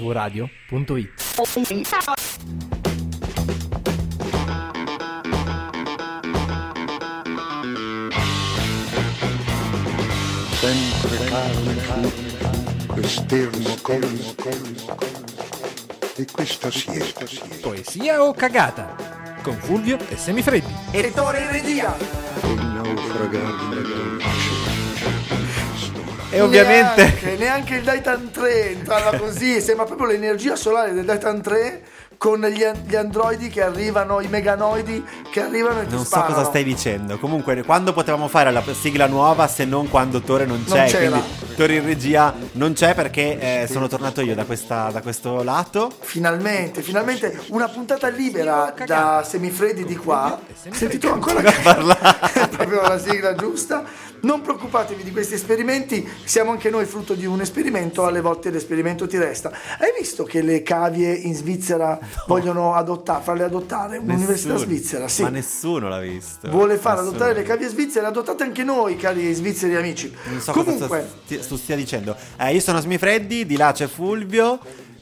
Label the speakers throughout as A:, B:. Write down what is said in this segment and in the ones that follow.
A: mvradio.it.
B: sempre calmo, esterno colmo, colmo, e questa siesta, siesta,
A: Poesia o cagata? Con Fulvio e Semifreddi.
B: il naufragarmi dolce.
A: E ovviamente
C: Neanche, neanche il Titan 3 entrava così, sembra proprio l'energia solare del Titan 3 con gli, an- gli androidi che arrivano, i meganoidi che arrivano e ti
D: Non so
C: sparano.
D: cosa stai dicendo. Comunque, quando potevamo fare la sigla nuova se non quando Tore non c'è?
C: c'era.
D: quindi Tore in regia non c'è perché eh, sono tornato io da, questa- da questo lato.
C: Finalmente, finalmente una puntata libera da semifreddi di qua. Sentito ancora
D: parlare.
C: proprio la sigla giusta. Non preoccupatevi di questi esperimenti, siamo anche noi frutto di un esperimento, alle volte l'esperimento ti resta. Hai visto che le cavie in Svizzera vogliono adottare, farle adottare un'università
D: Nessuno.
C: svizzera? Sì.
D: Ma nessuno l'ha visto.
C: Vuole far
D: Nessuno.
C: adottare le cavie svizzere, adottate anche noi, cari svizzeri amici.
D: Non so cosa
C: Comunque,
D: sti- tu stia dicendo. Eh, io sono Smifreddi, di là c'è Fulvio.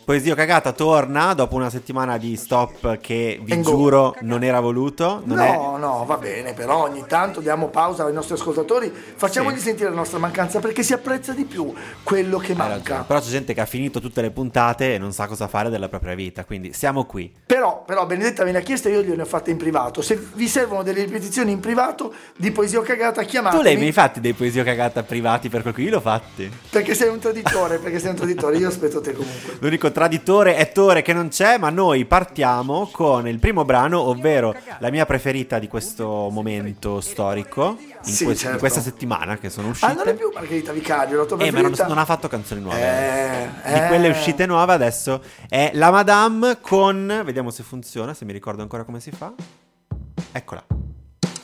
D: Poesia cagata torna dopo una settimana di stop che vi
C: And go.
D: giuro non era voluto. Non è-
C: no, no, va bene, però ogni tanto diamo pausa ai nostri ascoltatori, facciamogli
D: Sì.
C: sentire la nostra mancanza perché si apprezza di più quello che
D: Hai ragione.
C: manca.
D: Però c'è gente che ha finito tutte le puntate e non sa cosa fare della propria vita, quindi siamo qui.
C: Però, però Benedetta me ne ha chiesta e io gliene ho fatte in privato. Se vi servono delle ripetizioni in privato di poesia o cagata,
D: Tu lei mi hai
C: chiamatemi
D: fatti dei poesia cagata privati per quel qui? Io l'ho fatti.
C: perché sei un traditore, perché sei un traditore, io aspetto te comunque.
D: L'unico traditore è Tore che non c'è, ma noi partiamo con il primo brano, ovvero la mia preferita di questo momento storico, in
C: Sì,
D: que-
C: certo.
D: di questa settimana che sono
C: Ah, non è
D: uscite.
C: più Margherita Vicario, la tua
D: Eh, ma non,
C: preferita.
D: non ha fatto canzoni nuove.
C: Eh,
D: di
C: eh.
D: quelle uscite nuove adesso è La Madame con... Vediamo se funziona, se mi ricordo ancora come si fa. Eccola.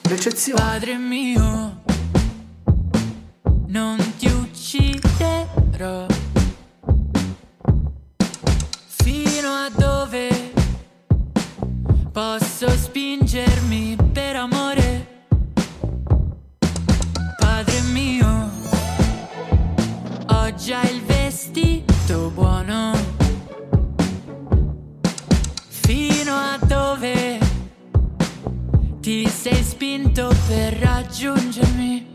C: L'eccezione.
E: Padre mio, non ti ucciderò. Fino a dove posso spingermi per amore? Padre mio, ho già il vestito buono. Fino a dove? Ti sei spinto per raggiungermi.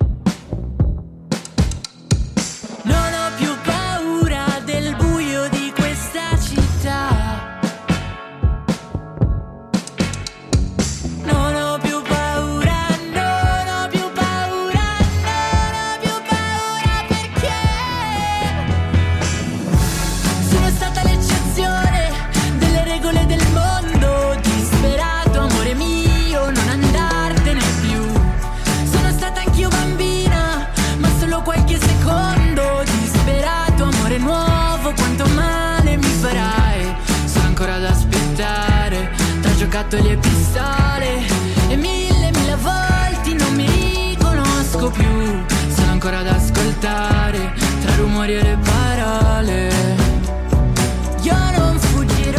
E: Non ho più paura del buio di questa città. Non ho più paura, non ho più paura, non ho più paura perché sono stata l'eccezione delle regole del mondo. Disperato, amore mio, non andartene più. Sono stata anch'io bambina, ma solo qualche secondo. Disperato, amore nuovo, quanto male mi farai. Sono ancora ad aspettare, tra giocattoli e pistole. E mille, mille volti non mi riconosco più. Sono ancora ad ascoltare, tra rumori e le parole. Io non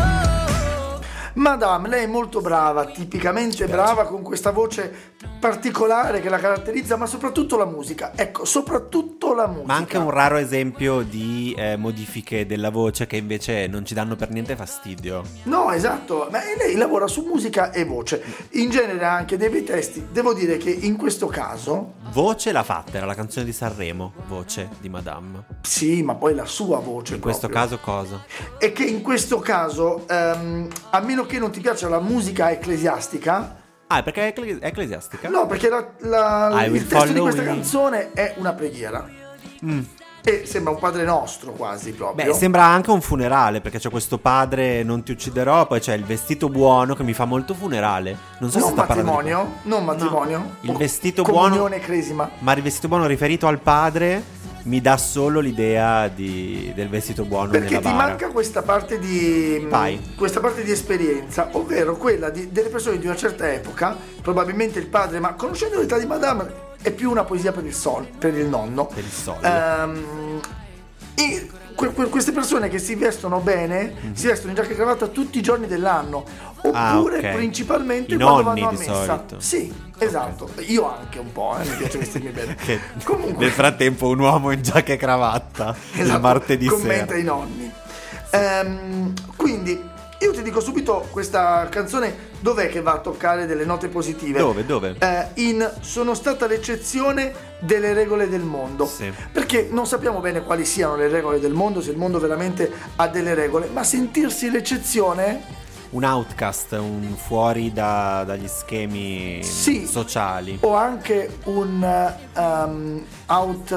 E: fuggirò.
C: Madame, lei è molto brava, tipicamente brava con questa voce particolare che la caratterizza, ma soprattutto la musica. Ecco, soprattutto la musica.
D: Ma anche un raro esempio di eh, modifiche della voce che invece non ci danno per niente fastidio.
C: No, esatto, ma lei lavora su musica e voce, in genere ha anche dei bei testi. Devo dire che in questo caso,
D: Voce l'ha fatta, era la canzone di Sanremo, voce di Madame.
C: sì, ma poi la sua voce.
D: In questo caso cosa?
C: caso. E che in questo caso, ehm, a meno che non ti piaccia la musica ecclesiastica,
D: Ah, perché è ecclesi- è ecclesiastica?
C: no, perché la- la-
D: I will
C: il testo di
D: follow
C: questa
D: you. Mm.
C: canzone è una preghiera. E sembra un padre nostro quasi proprio.
D: Beh, sembra anche un funerale, perché c'è questo padre, non ti ucciderò, poi c'è il vestito buono che mi fa molto funerale. Non so
C: non
D: se sta parlando di-
C: matrimonio, non matrimonio.
D: Il
C: O
D: vestito
C: Comunione
D: buono...
C: cresima.
D: Ma il vestito buono riferito al padre mi dà solo l'idea di- del vestito buono
C: Perché
D: nella
C: ti
D: bara.
C: manca questa parte di mm,
D: Vai.
C: questa parte di esperienza, ovvero quella di- delle persone di una certa epoca, probabilmente il padre, ma conoscendo l'età di Madame è più una poesia per il sol, per il nonno.
D: Per il sol.
C: Ehm, e que- que- queste persone che si vestono bene,
D: Mhm.
C: si vestono in giacca e cravatta tutti i giorni dell'anno, oppure
D: Ah, ok.
C: principalmente
D: I
C: quando
D: nonni
C: vanno a
D: di
C: messa.
D: solito.
C: Sì, esatto. Io anche un po', eh, mi piace vestirmi bene.
D: Che
C: Comunque
D: nel frattempo un uomo in giacca e cravatta il
C: Esatto,
D: martedì
C: commenta
D: sera.
C: i nonni.
D: pezzo.
C: Ehm, quindi io ti dico subito questa canzone dov'è che va a toccare delle note positive.
D: Dove, dove?
C: Eh, in Sono stata l'eccezione delle regole del mondo.
D: Sì.
C: Perché non sappiamo bene quali siano le regole del mondo, se il mondo veramente ha delle regole, ma sentirsi l'eccezione
D: Un outcast, un fuori da- dagli schemi
C: Sì.
D: sociali.
C: o anche un eh, um, out... eh,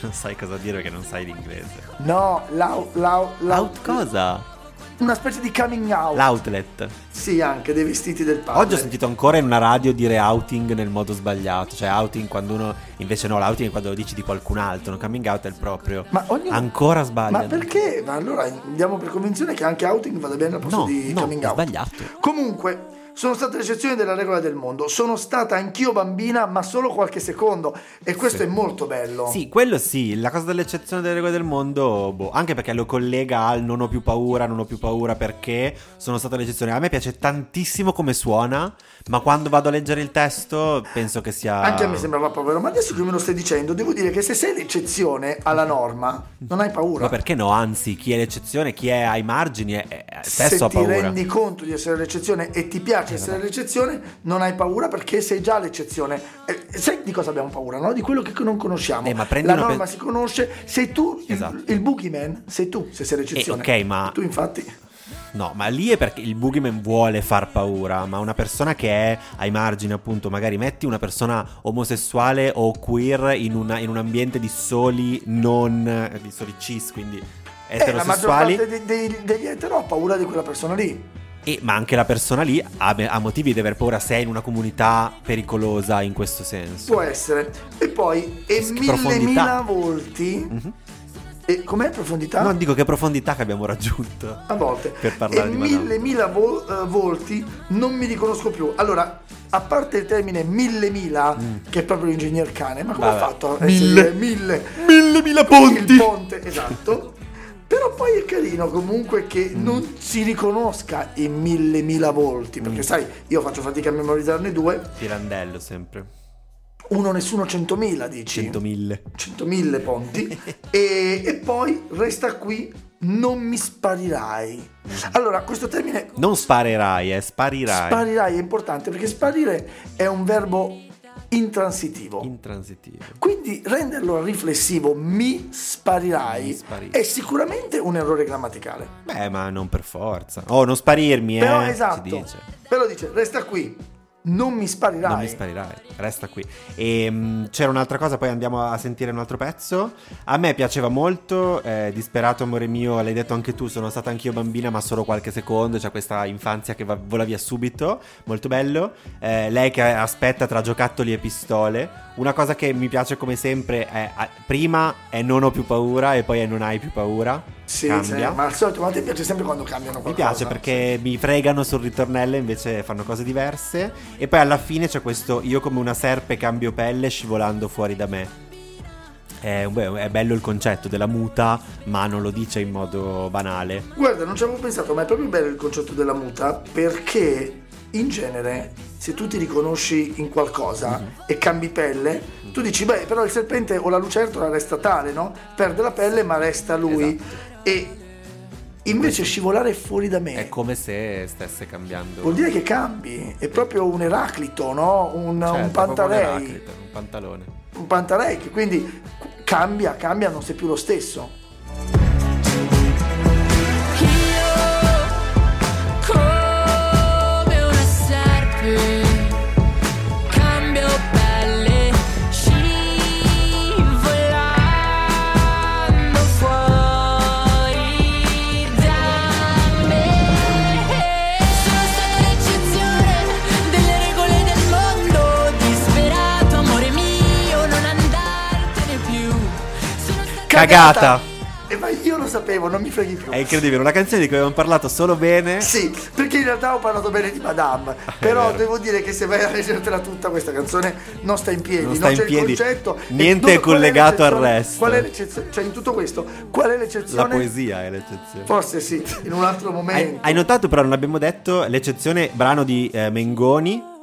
D: Non sai cosa dire perché non sai l'inglese.
C: no, l'out... l'out,
D: Out cosa?
C: Una specie di coming out.
D: L'outlet.
C: Sì, anche dei vestiti del padre.
D: Oggi ho sentito ancora in una radio dire outing nel modo sbagliato, cioè outing quando uno invece no, l'outing è quando lo dici di qualcun altro, no coming out è il proprio.
C: Ma ognuno-
D: ancora sbagliano.
C: Ma perché? Ma allora andiamo per convinzione che anche outing vada bene al posto
D: No,
C: di
D: no,
C: coming
D: è
C: out.
D: sbagliato.
C: Comunque, sono state l'eccezione della regola del mondo. Sono stata anch'io bambina, ma solo qualche secondo. E questo è molto bello.
D: Sì, quello sì, la cosa dell'eccezione delle regole del mondo, boh, anche perché lo collega al non ho più paura, non ho più paura perché sono stata l'eccezione. A me piace tantissimo come suona, ma quando vado a leggere il testo penso che sia...
C: Anche a me sembrava povero, ma adesso che me lo stai dicendo, devo dire che se sei l'eccezione alla norma, non hai paura.
D: Ma perché no? Anzi, chi è l'eccezione, chi è ai margini, è, è- è-
C: se
D: stesso Eh, ha
C: ti
D: paura. Eh,
C: rendi conto di essere l'eccezione e ti piace essere l'eccezione, non hai paura perché sei già l'eccezione. Eh, sai di cosa abbiamo paura? No? Di quello che non conosciamo.
D: Eh, ma prendi
C: La
D: una pe-
C: norma si conosce, sei tu il-
D: Esatto.
C: il, boogeyman, sei tu se sei l'eccezione.
D: Eh, ok, ma-
C: Tu infatti...
D: No, ma lì è perché il boogeyman vuole far paura, ma una persona che è ai margini, appunto, magari metti una persona omosessuale o queer in, una- in un ambiente di soli non, eh, di soli cis, quindi
C: Eh, la maggior
D: eterosessuali,
C: parte dei- dei- degli etero ha paura di quella persona lì.
D: e- ma anche la persona lì ha, ha motivi di aver paura se è in una comunità pericolosa in questo senso.
C: Può essere. E poi, e
D: Che
C: mille
D: profondità. Mhm.
C: mila volti... E com'è profondità?
D: Non dico che profondità che abbiamo raggiunto.
C: a volte
D: Per parlare
C: e
D: di Madonna.
C: mille mila vol- eh, volti non mi riconosco più allora a parte il termine mille mila che è proprio l'ingegner cane ma come
D: Mm. Vabbè.
C: ha fatto a
D: Mille.
C: essere mille
D: Mille mila
C: il ponte esatto però poi è carino comunque che
D: Mm.
C: non si riconosca in mille mila volti
D: Mm.
C: perché sai io faccio fatica a memorizzarne due
D: Pirandello sempre.
C: uno nessuno centomila dici
D: 100.000.
C: 100.000 ponti e, e poi resta qui non mi sparirai
D: Mm.
C: allora questo termine
D: Non sparerai, eh, sparirai.
C: Sparirai è importante perché sparire è un verbo intransitivo.
D: Intransitivo.
C: Quindi renderlo riflessivo, mi sparirai,
D: Mi sparirei.
C: è sicuramente un errore grammaticale.
D: Beh, ma non per forza. Oh, non sparirmi,
C: Però
D: eh.
C: esatto,
D: Ci dice.
C: però dice, resta qui, non mi sparirai.
D: Non mi sparirai, resta qui. E, mh, c'era un'altra cosa, poi andiamo a sentire un altro pezzo. A me piaceva molto, eh, Disperato amore mio, l'hai detto anche tu, sono stata anch'io bambina ma solo qualche secondo, c'è questa infanzia che va- vola via subito, molto bello. Eh, lei che aspetta tra giocattoli e pistole. Una cosa che mi piace come sempre è, a- prima è non ho più paura e poi è non hai più paura.
C: Sì,
D: Cambia.
C: sì, ma al solito, ma ti piace sempre quando cambiano
D: Mi
C: qualcosa.
D: piace perché mi fregano sul ritornello invece fanno cose diverse. E poi alla fine c'è questo io come una serpe cambio pelle scivolando fuori da me. È, beh, è bello il concetto della muta, ma non lo dice in modo banale.
C: Guarda, non ci avevo pensato, ma è proprio bello il concetto della muta perché in genere se tu ti riconosci in qualcosa
D: Mhm.
C: e cambi pelle, tu dici, beh, però il serpente o la lucertola resta tale, no? Perde la pelle ma resta lui.
D: Esatto.
C: E invece
D: Ecco.
C: scivolare fuori da me
D: È come se stesse cambiando.
C: vuol dire che cambi, è proprio un Eraclito, no? Un,
D: Cioè,
C: un
D: è proprio un
C: Pantarei.
D: Eraclito, un pantalone.
C: Un Pantarei che quindi cambia, cambia, non sei più lo stesso.
E: Io come una serpe cambio pelle scivolando fuori da me. Sono stata l'eccezione delle regole del mondo. Disperato amore mio, non andartene più. Sono stata
D: Cagata!
C: E ma io lo sapevo, non mi freghi più.
D: È incredibile, una canzone di cui avevamo parlato solo bene.
C: Sì, perché in realtà ho parlato bene di Madame, però
D: Ah, vero.
C: devo dire che se vai a leggertela tutta questa canzone non sta in piedi,
D: Non
C: non,
D: sta in
C: c'è
D: piedi.
C: il concetto. e
D: Niente
C: dove-
D: è collegato
C: qual è
D: al
C: l'eccezione-
D: resto.
C: Qual è l'eccezione? Cioè in tutto questo, qual è
D: La
C: l'eccezione?
D: poesia è l'eccezione.
C: Forse sì, in un altro
D: Hai,
C: momento.
D: hai notato però, non abbiamo detto, l'eccezione brano di eh, Mengoni,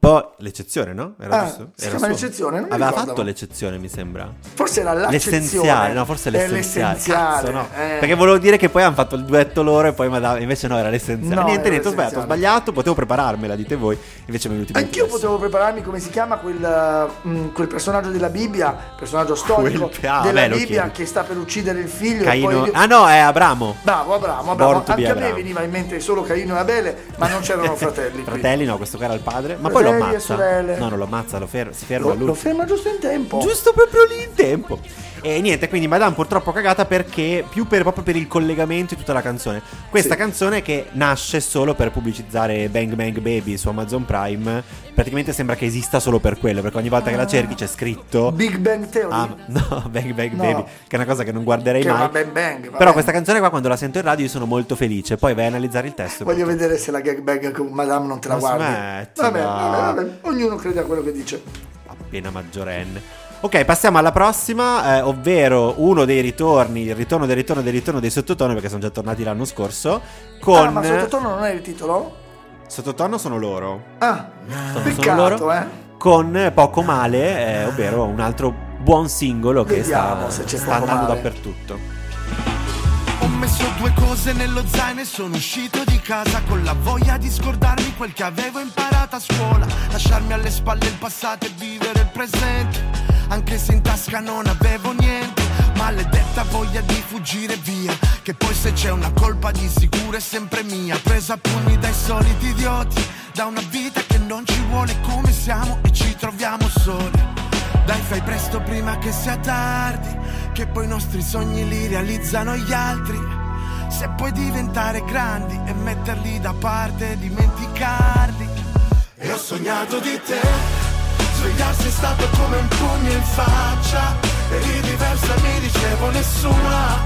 D: Poi l'eccezione, no? Era
C: Ah,
D: giusto?
C: si
D: Era
C: chiama
D: solo.
C: l'eccezione? Non mi
D: Aveva
C: ricordavo.
D: fatto l'eccezione, mi sembra.
C: Forse era l'accezione.
D: L'essenziale, no, forse
C: È
D: l'essenziale.
C: l'essenziale,
D: Cazzo, no.
C: eh.
D: Perché volevo dire che poi hanno fatto il duetto loro e poi Madame. Invece no, era l'essenziale.
C: No,
D: niente,
C: era
D: niente, ho sbagliato, ho
C: l'essenziale.
D: sbagliato, potevo prepararmela, dite voi. Invece mi è venuto in mente
C: Anch'io
D: adesso.
C: potevo prepararmi come si chiama quel, mm, quel personaggio della Bibbia, personaggio storico
D: Quel- ah,
C: della
D: beh, lo
C: Bibbia
D: chiedi.
C: che sta per uccidere il figlio.
D: Caino.
C: E poi...
D: Ah no, è Abramo.
C: Bravo, Abramo, Abramo.
D: Born to
C: Anche
D: be
C: a me
D: Abramo.
C: veniva in mente solo Caino e Abele, ma non c'erano fratelli. qui.
D: Fratelli, no, questo qua era il padre. Ma poi
C: Fratelli
D: lo
C: e
D: ammazza.
C: sorelle.
D: No, non lo ammazza, lo ferma, si ferma
C: Lo,
D: lui.
C: lo ferma giusto in tempo.
D: Giusto proprio lì in tempo. E niente, quindi Madame purtroppo cagata perché più per, proprio per il collegamento di tutta la canzone. Questa
C: Sì.
D: canzone che nasce solo per pubblicizzare Bang Bang Baby su Amazon Prime, praticamente sembra che esista solo per quello, perché ogni volta che la cerchi c'è scritto
C: Big Bang Theory.
D: Ah, no, Bang Bang
C: No.
D: Baby, che è una cosa che non guarderei
C: Che è
D: mai.
C: una bang bang, va
D: Però
C: bene.
D: questa canzone qua quando la sento in radio io sono molto felice, poi vai a analizzare il testo.
C: Voglio
D: purtroppo.
C: vedere se la gag bag con Madame non te la
D: Ma
C: guardi.
D: smettila.
C: Vabbè, vabbè, vabbè, ognuno crede a quello che dice.
D: appena maggiorenne. Ok, passiamo alla prossima, eh, ovvero uno dei ritorni, il ritorno del ritorno del ritorno dei sottotono, perché sono già tornati l'anno scorso, con...
C: Ah, ma sottotono non è il titolo?
D: Sottotono sono loro.
C: Ah,
D: Sono, sono
C: peccato,
D: loro,
C: eh.
D: Con Poco Male, eh, ovvero un altro buon singolo che sta,
C: Vediamo se c'è
D: sta
C: Poco
D: andando
C: Male.
D: dappertutto.
F: Ho messo due cose nello zaino e sono uscito di casa con la voglia di scordarmi quel che avevo imparato a scuola, lasciarmi alle spalle il passato e vivere il presente, anche se in tasca non avevo niente, maledetta voglia di fuggire via, che poi se c'è una colpa di sicuro è sempre mia, presa a pugni dai soliti idioti, da una vita che non ci vuole come siamo e ci troviamo soli. Dai fai presto prima che sia tardi Che poi i nostri sogni li realizzano gli altri Se puoi diventare grandi e metterli da parte Dimenticarli E ho sognato di te Svegliarsi è stato come un pugno in faccia Eri diversa mi dicevo nessuna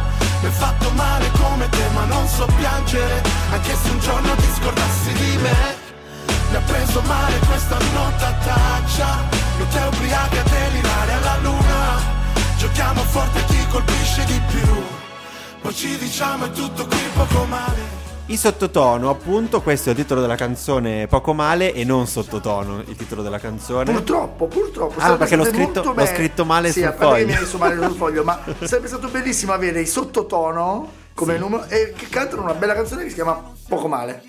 F: Mi ha fatto male come te ma non so piangere Anche se un giorno ti scordassi di me mi ha preso male questa nottaccia Non te ubriaca a delirare alla luna Giochiamo forte a chi colpisce di più Poi ci diciamo è tutto qui poco male
D: In sottotono, appunto, questo è il titolo della canzone Poco Male e non sottotono il titolo della canzone.
C: Purtroppo, purtroppo.
D: Ah,
C: sarebbe
D: perché l'ho
C: stato
D: scritto-
C: molto
D: l'ho
C: bello-
D: scritto male
C: sì,
D: sul
C: a parte che
D: foglio.
C: mi hai messo male sul foglio, ma sarebbe stato bellissimo avere i sottotono come numero e che cantano una bella canzone che si chiama Poco Male.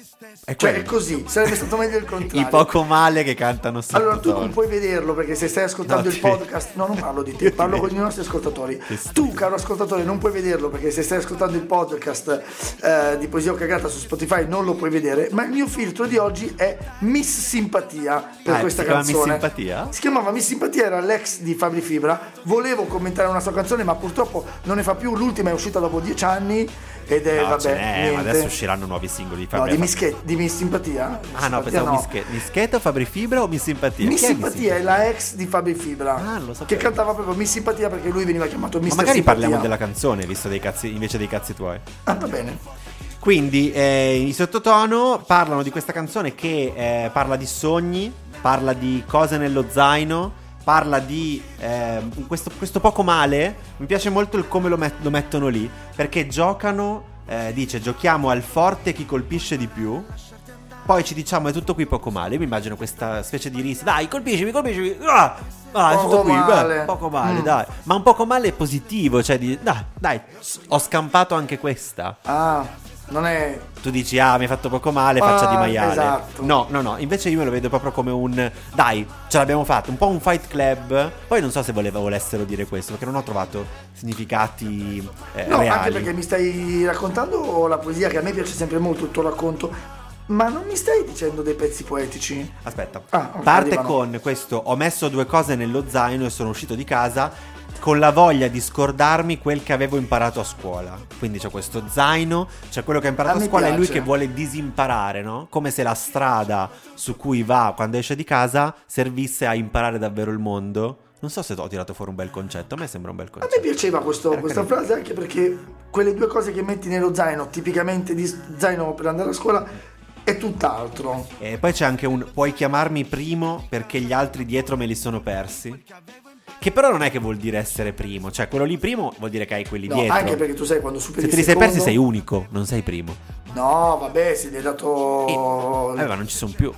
D: È
C: cioè,
D: quello.
C: è così, sarebbe stato meglio il contrario.
D: I Poco Male che cantano sottotono.
C: Allora, tu non puoi vederlo perché se stai ascoltando
D: No,
C: il
D: ti-
C: podcast, no, non parlo di te, parlo con i nostri ascoltatori. Tu, caro ascoltatore, non puoi vederlo perché se stai ascoltando il podcast eh, di Poesia o Cagata su Spotify non lo puoi vedere. Ma il mio filtro di oggi è Miss Simpatia per
D: Ah,
C: questa
D: si chiama Miss
C: canzone.
D: Simpatia?
C: Si chiamava Miss Simpatia, era l'ex di Fabri Fibra. Volevo commentare una sua canzone, ma purtroppo non ne fa più. L'ultima è uscita dopo dieci anni ed è
D: No,
C: vabbè.
D: ce n'è, ma
C: niente.
D: adesso usciranno nuovi singoli di
C: No,
D: Fabri
C: di,
D: Fabri.
C: mische- di Miss Simpatia?
D: Ah no,
C: Simpatia
D: pensavo mische- Mischetta, Fabri Fibra o Miss Simpatia?
C: Miss
D: Chi è
C: Simpatia è la ex di Fabri Fibra.
D: Ah, lo sapevo.
C: Che cantava proprio Miss Simpatia perché lui veniva chiamato Miss
D: Ma magari parliamo della canzone visto dei cazzi, invece dei cazzi tuoi.
C: Ah, va bene.
D: Quindi eh, in sottotono parlano di questa canzone che eh, parla di sogni, parla di cose nello zaino, parla di eh, questo, questo poco male. Mi piace molto il come lo, met- lo mettono lì perché giocano, eh, dice giochiamo al forte chi colpisce di più. Poi ci diciamo è tutto qui poco male. Io mi immagino questa specie di rissa. Dai, colpiscimi, colpiscimi. Ah, ah, è
C: Poco
D: tutto qui. beh,
C: male.
D: poco male,
C: Mm.
D: dai. Ma un poco male positivo. Cioè, di, dai, dai, s- ho scampato anche questa
C: Ah, non è.
D: tu dici ah mi hai fatto poco male faccia
C: Ah,
D: di maiale
C: esatto.
D: no no no invece io me lo vedo proprio come un dai ce l'abbiamo fatta un po' un fight club poi non so se voleva, volessero dire questo perché non ho trovato significati eh,
C: No,
D: reali
C: anche perché mi stai raccontando la poesia che a me piace sempre molto il tuo racconto. Ma non mi stai dicendo dei pezzi poetici?
D: aspetta
C: Ah, ok,
D: parte
C: arrivano.
D: con questo ho messo due cose nello zaino e sono uscito di casa con la voglia di scordarmi quel che avevo imparato a scuola quindi c'è questo zaino c'è quello che ha imparato
C: Ah,
D: a
C: mi
D: scuola e lui
C: piace.
D: che vuole disimparare no? come se la strada su cui va quando esce di casa servisse a imparare davvero il mondo non so se ho tirato fuori un bel concetto a me sembra un bel
C: A
D: concetto
C: me piaceva questo-
D: Era
C: questa
D: carino.
C: frase anche perché quelle due cose che metti nello zaino, tipicamente di zaino per andare a scuola, è tutt'altro.
D: E poi c'è anche un puoi chiamarmi primo perché gli altri dietro me li sono persi. Che però non è che vuol dire essere primo, cioè quello lì primo vuol dire che hai quelli
C: No,
D: dietro.
C: anche perché tu sai quando superi
D: Se
C: il
D: te li sei persi
C: secondo-
D: sei unico, non sei primo.
C: No, vabbè, se gli hai dato.
D: Eh, ma non ci sono più.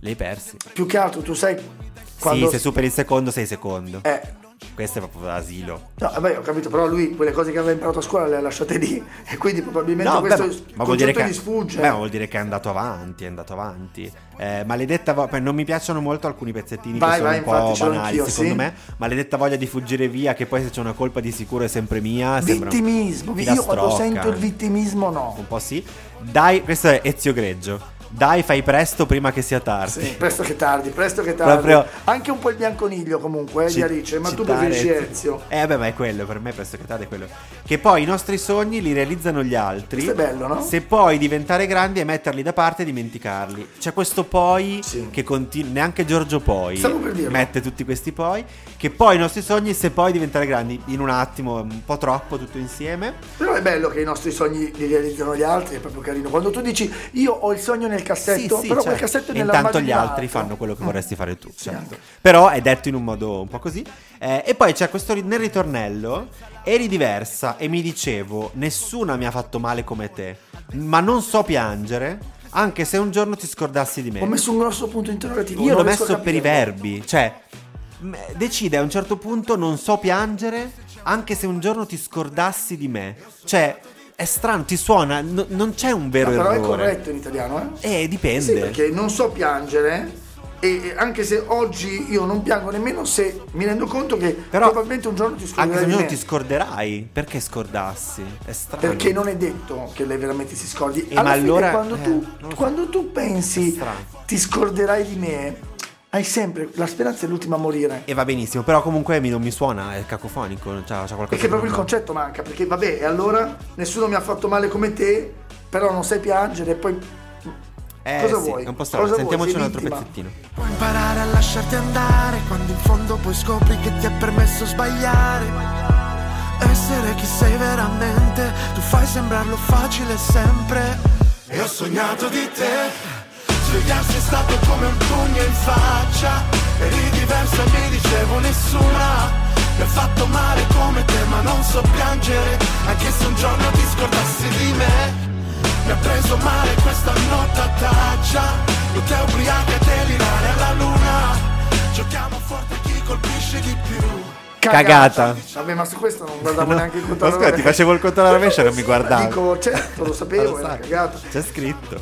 D: Li hai persi.
C: Più che altro tu sai quando...
D: Sì, se superi il secondo, sei secondo.
C: Eh,
D: Questo è proprio l'asilo.
C: no, vabbè, ho capito, però lui quelle cose che aveva imparato a scuola le ha lasciate lì e quindi probabilmente
D: No, beh,
C: questo
D: ma, ma vuol dire
C: concetto
D: che,
C: gli sfugge.
D: beh, ma vuol dire che è andato avanti, è andato avanti. Eh, maledetta vo- poi non mi piacciono molto alcuni pezzettini
C: Vai,
D: che sono
C: vai,
D: un
C: infatti,
D: po'
C: ce l'ho
D: banali,
C: anch'io,
D: secondo
C: sì.
D: me. Maledetta voglia di fuggire via, che poi se c'è una colpa di sicuro è sempre mia. sembra un-
C: Vittimismo,
D: una eh.
C: io quando
D: filastrocca.
C: sento il vittimismo no.
D: Un po' sì. Dai, questo è Ezio Greggio. Dai, fai presto prima che sia tardi.
C: Sì, presto che tardi, presto che tardi.
D: Proprio-
C: Anche un po' il bianconiglio comunque, eh, di
D: Ci-
C: Alice, ma tu
D: citare-
C: preferisci Ezio.
D: Eh beh, ma è quello, per me presto che tardi è quello. Che poi i nostri sogni li realizzano gli altri.
C: Questo è bello, no?
D: Se poi diventare grandi e metterli da parte e dimenticarli. C'è questo poi
C: Sì.
D: che continua, neanche Giorgio poi
C: Stavo per dirlo.
D: mette tutti questi poi, che poi i nostri sogni se poi diventare grandi in un attimo, un po' troppo tutto insieme.
C: Però è bello che i nostri sogni li realizzano gli altri, è proprio carino. Quando tu dici io ho il sogno nel cassetto,
D: Sì, sì,
C: però
D: cioè,
C: quel cassetto è
D: e
C: nell'armadio
D: intanto
C: di
D: gli
C: un
D: altri
C: altro.
D: fanno quello che vorresti fare tu
C: Sì,
D: certo.
C: anche.
D: però è detto in un modo un po' così Eh, e poi c'è questo ri- nel ritornello eri diversa e mi dicevo nessuna mi ha fatto male come te ma non so piangere anche se un giorno ti scordassi di me
C: Ho messo un grosso punto interrogativo.
D: io
C: non
D: l'ho
C: riesco a
D: messo per i
C: capirlo.
D: verbi cioè m- decide a un certo punto non so piangere anche se un giorno ti scordassi di me cioè è strano ti suona n- non c'è un vero
C: Ma però è
D: errore
C: corretto in italiano, eh?
D: eh dipende
C: Sì, perché non so piangere. E e anche se oggi io non piango nemmeno se mi rendo conto che
D: Però-
C: probabilmente un giorno ti scorderai
D: Anche se
C: di
D: non
C: me.
D: ti scorderai, perché scordassi? È strano.
C: perché non è detto che lei veramente si scordi.
D: Eh,
C: Alla
D: ma
C: fine,
D: allora-
C: quando,
D: eh,
C: tu,
D: non lo so.
C: quando tu
D: È
C: pensi
D: strano.
C: ti scorderai di me, hai sempre la speranza è l'ultima a morire.
D: E va benissimo, però comunque mi- non mi suona, è cacofonico, c'ha, c'ha qualcosa
C: Perché
D: che
C: proprio il
D: non-
C: concetto manca, perché vabbè, e allora nessuno mi ha fatto male come te, però non sai piangere e poi...
D: Eh,
C: cosa
D: sì,
C: vuoi?
D: È un po' strano,
C: Cosa vuoi?
D: sentiamoci
C: Sei
D: un altro
C: vittima.
D: pezzettino.
F: Puoi imparare a lasciarti andare quando in fondo poi scopri che ti è permesso sbagliare. Essere chi sei veramente, tu fai sembrarlo facile sempre. E ho sognato di te. Svegliarsi è stato come un pugno in faccia. Eri diversa e mi dicevo nessuna. Mi ha fatto male come te, ma non so piangere. Anche se un giorno ti scordassi di me. Mi ha preso male questa notataccia Io te ubriaca e delirare alla luna Giochiamo forte chi colpisce di più
D: Cagata.
C: Vabbè, ma su questo non guardavo
D: No,
C: neanche il
D: ma
C: controllo.
D: scusa, ti facevo il conto alla rovescia, non mi guardavi.
C: Dico, certo, lo sapevo,
D: Lo
C: è una
D: sai,
C: cagata.
D: C'è scritto. E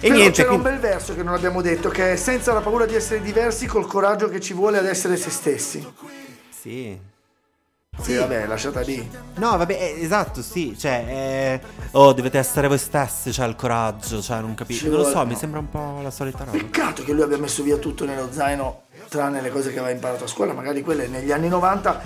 C: Però
D: niente,
C: c'era
D: quindi-
C: un bel verso che non abbiamo detto, che è senza la paura di essere diversi, col coraggio che ci vuole ad essere se stessi.
D: Sì.
C: Sì, vabbè, lasciata lì.
D: No, vabbè, eh, esatto, sì, cioè, eh, oh, dovete essere voi stessi, cioè, il coraggio, cioè, non
C: Ci
D: capisco, non lo
C: vuole,
D: so,
C: no.
D: mi sembra un po' la solita roba.
C: Peccato che lui abbia messo via tutto nello zaino, tranne le cose che aveva imparato a scuola, magari quelle negli anni 90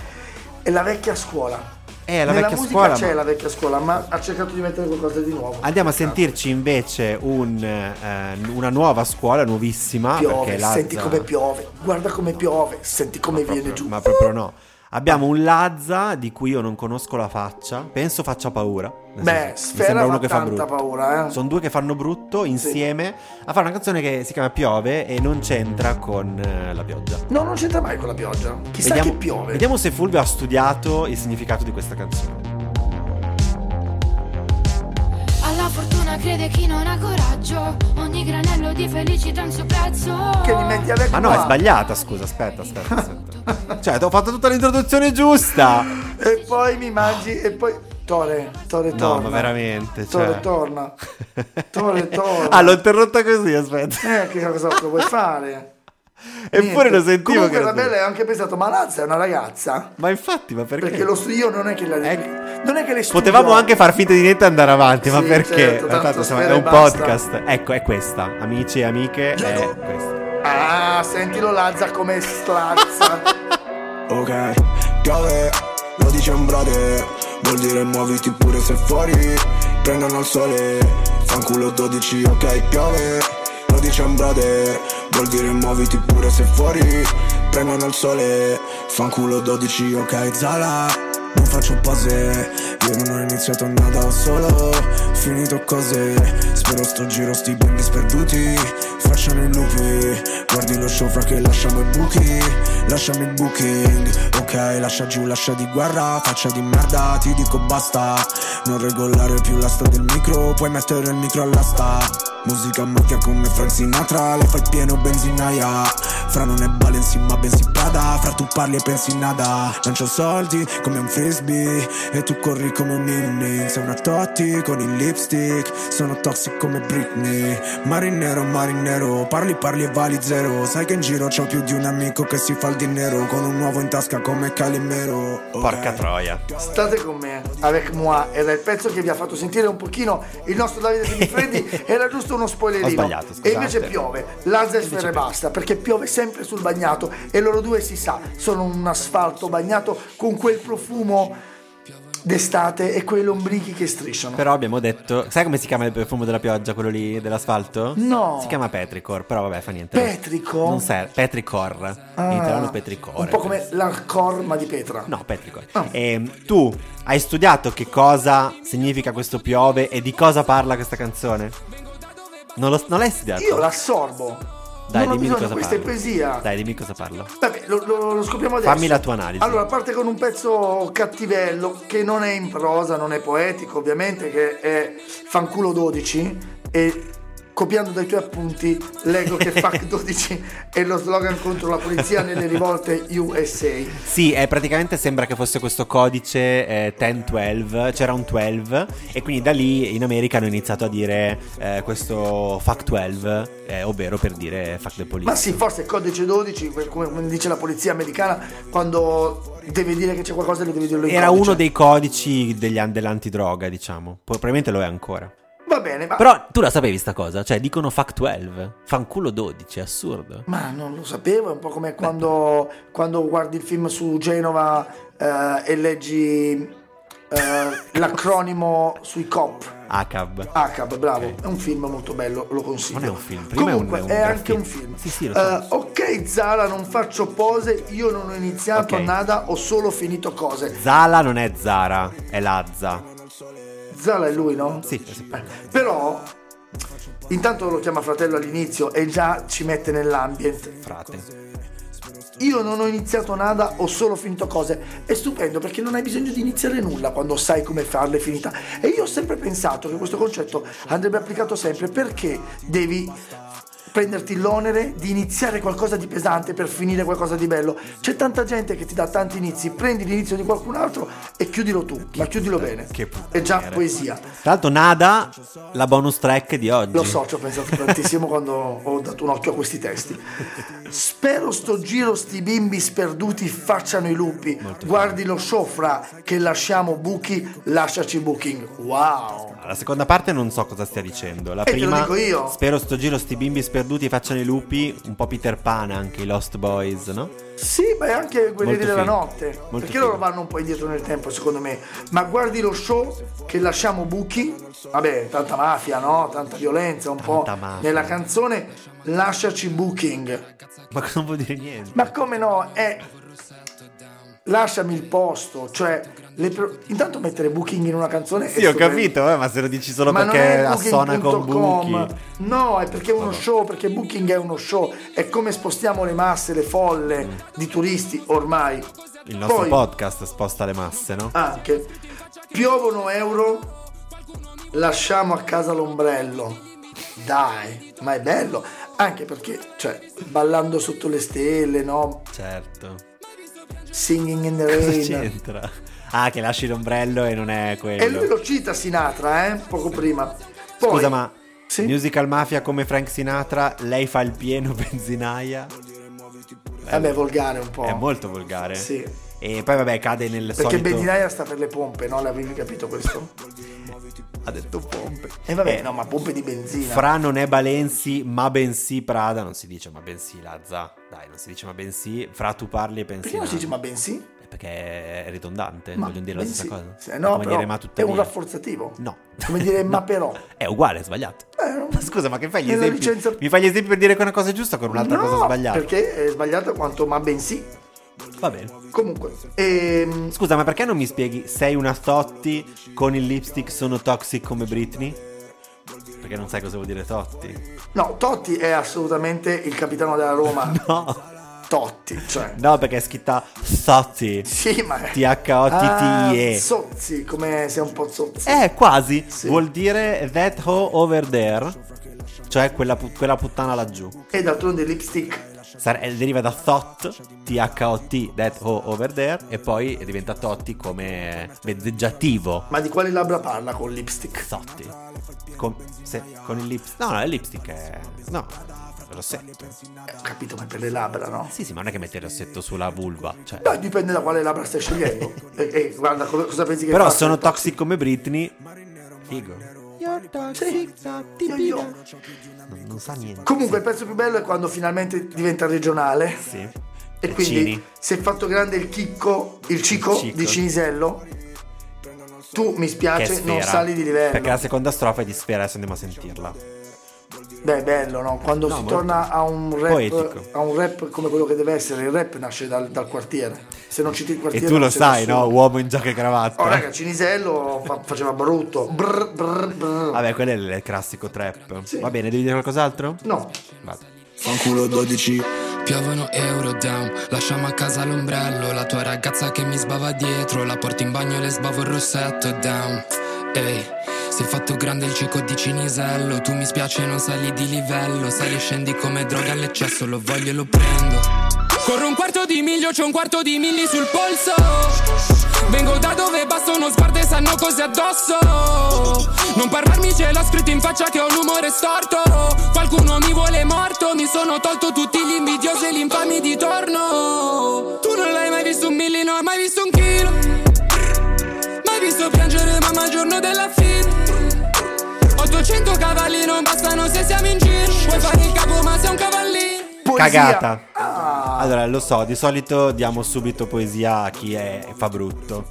C: è la vecchia scuola.
D: Eh,
C: Nella
D: la vecchia
C: musica
D: scuola,
C: c'è
D: ma-
C: la vecchia scuola, ma ha cercato di mettere qualcosa di nuovo.
D: Andiamo a sentirci invece un, eh, una nuova scuola, nuovissima,
C: Ah, Piove,
D: perché Lazza...
C: senti come piove, guarda come piove, senti come viene giù.
D: Ma proprio no. Abbiamo un Lazza di cui io non conosco la faccia, penso faccia paura. Nel
C: Beh,
D: senso, mi
C: Sfera
D: sembra
C: fa
D: uno che fa
C: tanta
D: brutto.
C: paura, eh.
D: Sono due che fanno brutto insieme a fare una canzone che si chiama Piove e non c'entra con eh, la pioggia.
C: No, non c'entra mai con la pioggia. Chissà che piove.
D: Vediamo se Fulvio ha studiato il significato di questa canzone.
G: Alla fortuna crede chi non ha coraggio. Ogni granello di felicità è un suo prezzo.
C: Che li metti a letto
D: Ma no,
C: qua.
D: è sbagliata, scusa, aspetta, aspetta, aspetta. cioè, ti ho fatto tutta l'introduzione giusta.
C: E poi mi mangi e poi Tore, Tore
D: No,
C: torna.
D: ma veramente,
C: Tore
D: cioè.
C: torna. Tore torna.
D: ah, l'ho interrotta così, aspetta.
C: Eh, che cosa altro vuoi fare?
D: Eppure lo
C: Niente.
D: sentivo
C: Comunque
D: che
C: la
D: era
C: bella
D: tu.
C: ha anche pensato, ma Lazza è una ragazza.
D: Ma infatti, ma perché?
C: Perché lo studio non è che la
D: Ecco.
C: non è che le studio.
D: Potevamo anche far finta di niente e andare avanti, ma
C: Sì,
D: perché?
C: certo,
D: Ma
C: tanto
D: tanto, insomma, è
C: spero e
D: un
C: basta.
D: podcast. Ecco, è questa. Amici e amiche, è questa.
C: Ah, sentilo Lazza come slazza.
H: Ok, piove, lo dice un brother Vuol dire muoviti pure se fuori Prendono il sole, fanculo 12 Ok, piove, lo dice un brother Vuol dire muoviti pure se fuori Prendono il sole, fanculo 12 Ok, Zala non faccio pose, io non ho iniziato nada, ho solo finito cose Spero sto giro sti bimbi sperduti, facciano i lupi Guardi lo show fra che lasciamo i buchi, lasciamo i booking Ok, lascia giù, lascia di guerra, faccia di merda, ti dico basta Non regolare più l'asta del micro, puoi mettere il micro all'asta Musica mafia come Frank Sinatra Le fa il pieno benzinaia Fra non è Balenci ma bensì Prada Fra tu parli e pensi nada Lancio soldi come un frisbee E tu corri come un inning Sei una Totti con il lipstick Sono toxic come Britney Marinero, marinero Parli, parli e vali zero Sai che in giro c'ho più di un amico che si fa il dinero Con un uovo in tasca come Calimero
D: Porca
H: Ok.
D: troia.
C: State con me, avec moi, era il pezzo che vi ha fatto sentire un pochino il nostro Davide Semifreddi, era giusto uno spoilerino.
D: Ho sbagliato,
C: E invece
D: scusate.
C: piove, l'Azer e basta, perché piove sempre sul bagnato e loro due si sa, sono un asfalto bagnato con quel profumo d'estate e quei lombrichi che strisciano.
D: Però abbiamo detto. Sai come si chiama il profumo della pioggia, quello lì dell'asfalto?
C: No.
D: Si chiama Petricor, però vabbè, fa niente.
C: Petricor?
D: Non serve. Petricor.
C: Ah,
D: In italiano Petricor.
C: Un po' come l'ancorma di Petra.
D: No, Petricor.
C: Ah.
D: Ehm, tu hai studiato che cosa significa questo piove e di cosa parla questa canzone? Non, lo- non l'hai studiato?
C: Io l'assorbo.
D: Dai,
C: non ho
D: dimmi di
C: bisogno,
D: cosa
C: questa è
D: parla.
C: poesia.
D: Dai, dimmi di cosa parla.
C: Vabbè, lo, lo- lo scopriamo adesso.
D: Fammi la tua analisi.
C: Allora, parte con un pezzo cattivello che non è in prosa, non è poetico, ovviamente, che è Fanculo 12 e copiando dai tuoi appunti leggo che FAC 12 è lo slogan contro la polizia nelle rivolte USA.
D: Sì, eh, praticamente sembra che fosse questo codice eh, 10-12, c'era un 12 e quindi da lì in America hanno iniziato a dire eh, questo fuck 12, eh, ovvero per dire fuck the police.
C: Ma sì, forse il codice 12, come- come dice la polizia americana, quando deve dire che c'è qualcosa lo deve dirlo in
D: Era
C: codice.
D: uno dei codici degli, an- dell'antidroga, diciamo. Po- probabilmente lo è ancora.
C: Va bene, ma...
D: Però tu la sapevi sta cosa? Cioè, dicono fuck 12, fanculo 12, è assurdo.
C: Ma non lo sapevo, è un po' come quando, quando guardi il film su Genova eh, e leggi eh, l'acronimo sui COP.
D: ACAB.
C: ACAB, bravo, è un film molto bello, lo consiglio.
D: Non è un film, prima è un-
C: Comunque,
D: è un
C: anche
D: graffitti.
C: un film.
D: Sì, sì, lo
C: Eh,
D: so.
C: ok, Zara, non faccio pose, io non ho iniziato
D: Ok.
C: nada, ho solo finito cose.
D: Zala non è Zara, è Lazza.
C: Zara è lui, no?
D: Sì, sì.
C: Eh, Però, intanto lo chiama fratello all'inizio e già ci mette nell'ambient.
D: frate.
C: Io non ho iniziato nada, ho solo finito cose. È stupendo perché non hai bisogno di iniziare nulla quando sai come farle finita. E io ho sempre pensato che questo concetto andrebbe applicato sempre perché devi prenderti l'onere di iniziare qualcosa di pesante per finire qualcosa di bello. C'è tanta gente che ti dà tanti inizi, prendi l'inizio di qualcun altro e chiudilo tu, ma chiudilo bene.
D: che puttaniere.
C: È già poesia.
D: Tra l'altro Nada, la bonus track di oggi.
C: Lo so, ci ho pensato tantissimo quando ho dato un occhio a questi testi. Spero sto giro sti bimbi sperduti facciano i lupi. Guardi lo show fra che lasciamo buchi, lasciaci booking. Wow!
D: La seconda parte non so cosa stia dicendo. La
C: Eh, te lo
D: prima,
C: dico io.
D: spero sto giro sti bimbi sperduti facciano i lupi, un po' Peter Pan anche i Lost Boys, no?
C: Sì, ma è anche Guerrieri
D: Molto
C: della
D: figo.
C: Notte.
D: Molto
C: perché loro
D: figo.
C: vanno un po' indietro nel tempo, secondo me. Ma guardi lo show che lasciamo buchi. Vabbè, tanta mafia, no? Tanta violenza, un
D: Tanta
C: po'.
D: mafia.
C: Nella canzone Lasciaci booking.
D: Ma cosa non vuol dire niente?
C: Ma come no? È lasciami il posto, cioè le pro- intanto mettere booking in una canzone
D: Sì, ho capito, eh, ma se lo dici solo perché assona con buchi.
C: No, è perché è uno show, perché booking è uno show, è come spostiamo le masse, le folle di turisti ormai.
D: Il nostro
C: Poi,
D: podcast sposta le masse, no?
C: anche piovono euro, lasciamo a casa l'ombrello. Dai, ma è bello, anche perché, cioè, ballando sotto le stelle, no?
D: Certo.
C: Singing in the
D: Cosa
C: rain.
D: c'entra? Ah, che lasci l'ombrello e non è quello.
C: E lui lo cita Sinatra, eh, poco prima. Poi,
D: Scusa, ma
C: Sì?
D: musical mafia come Frank Sinatra, lei fa il pieno benzinaia.
C: Vabbè, è Eh volgare un po'.
D: È molto volgare.
C: Oh. Sì.
D: E poi vabbè, cade nel
C: Perché
D: solito
C: benzinaia sta per le pompe, no? L'avevi capito questo?
D: ha detto pompe. Eh,
C: E vabbè, no, ma pompe di benzina.
D: Fra non è Balenzi, ma bensì Prada, non si dice ma bensì Lazza. Dai, non si dice ma bensì, fra tu parli e pensi.
C: Perché non si
D: no.
C: dice ma bensì?
D: Eh, Perché è ridondante,
C: Ma
D: voglio Eh, dire la
C: bensì.
D: stessa cosa.
C: Se no,
D: Come
C: però
D: dire ma
C: è un
D: tuttavia.
C: rafforzativo.
D: No.
C: Come dire
D: No.
C: ma però.
D: È uguale, è sbagliato.
C: Eh,
D: Ma scusa, ma che fai gli
C: nella
D: esempi?
C: licenza-
D: Mi fai gli esempi per dire che una cosa è giusta con un'altra
C: no,
D: cosa sbagliata.
C: Perché è sbagliato quanto ma bensì.
D: Va bene.
C: Comunque, ehm,
D: Scusa, ma perché non mi spieghi? Sei una Totti con il lipstick sono toxic come Britney? Perché non sai cosa vuol dire Totti?
C: no, Totti è assolutamente il capitano della Roma.
D: No,
C: Totti, cioè.
D: no, perché è scritta Totti.
C: Sì, ma...
D: T-H-O-T-T-I-E.
C: Ah, Sozzi, come sei un po' zozzi.
D: Eh, quasi.
C: Sì.
D: Vuol dire that hoe over there. cioè quella, pu- quella puttana laggiù.
C: E d'altronde lipstick.
D: Sar- eh, deriva da thought, T-H-O-T, that o over there, e poi diventa totti come vezzeggiativo.
C: Ma di quali labbra parla con lipstick?
D: Zotti. Con, se- con il lipstick. No, no, il lipstick è. No, rossetto.
C: Eh, Ho capito, ma per le labbra, no?
D: Sì, sì, ma non è che mette il rossetto sulla vulva. Cioè.
C: Beh, dipende da quale labbra stai scegliendo. e, e guarda, co- cosa pensi che
D: Però
C: faccia?
D: sono toxic come Britney. Figo.
C: Sì, io- io.
D: Non, non sa niente.
C: Comunque, il pezzo più bello è quando finalmente diventa regionale.
D: Sì.
C: E
D: Piccini.
C: quindi si è fatto grande il chicco, il cico,
D: Il cico.
C: di Cinisello. Tu mi
D: Che è
C: spiace, ah, cioè, non
D: sfera.
C: sali di livello.
D: Perché la seconda strofa è di sfera, adesso andiamo a sentirla.
C: Beh, è bello, no? Quando si
D: molto.
C: torna a un, rap,
D: Poetico.
C: a un rap come quello che deve essere, il rap nasce dal, dal quartiere. Se non citi il
D: E
C: quartiere.
D: tu
C: non
D: lo
C: c'è
D: sai,
C: nessuno.
D: no? Uomo in giacca e cravatta.
C: Oh, raga, Cinisello fa- faceva brutto. Brr, brr, brr.
D: Vabbè, quello è il classico trap.
C: Sì.
D: Va bene, devi dire qualcos'altro?
C: No,
D: Vado.
H: Fanculo 12
I: Piovono euro down, lasciamo a casa l'ombrello La tua ragazza che mi sbava dietro La porto in bagno e le sbavo il rossetto down Ehi, sei fatto grande il ciclo di Cinisello Tu mi spiace non sali di livello Sali e scendi come droga all'eccesso Lo voglio e lo prendo Corro un quarto di miglio, c'ho un quarto di milli sul polso Vengo da dove basta uno sguardo e sanno cos'è addosso Non parlarmi ce l'ho scritto in faccia che ho un umore storto Qualcuno mi vuole morto, mi sono tolto tutti gli invidiosi e gli infami di torno Tu non l'hai mai visto un millino, hai mai visto un chilo Mai visto piangere mamma il giorno della fine 800 cavalli non bastano se siamo in giro Puoi fare il capo ma sei un cavallino
C: poesia.
D: Cagata. Allora, lo so, di solito diamo subito poesia a chi è, fa brutto.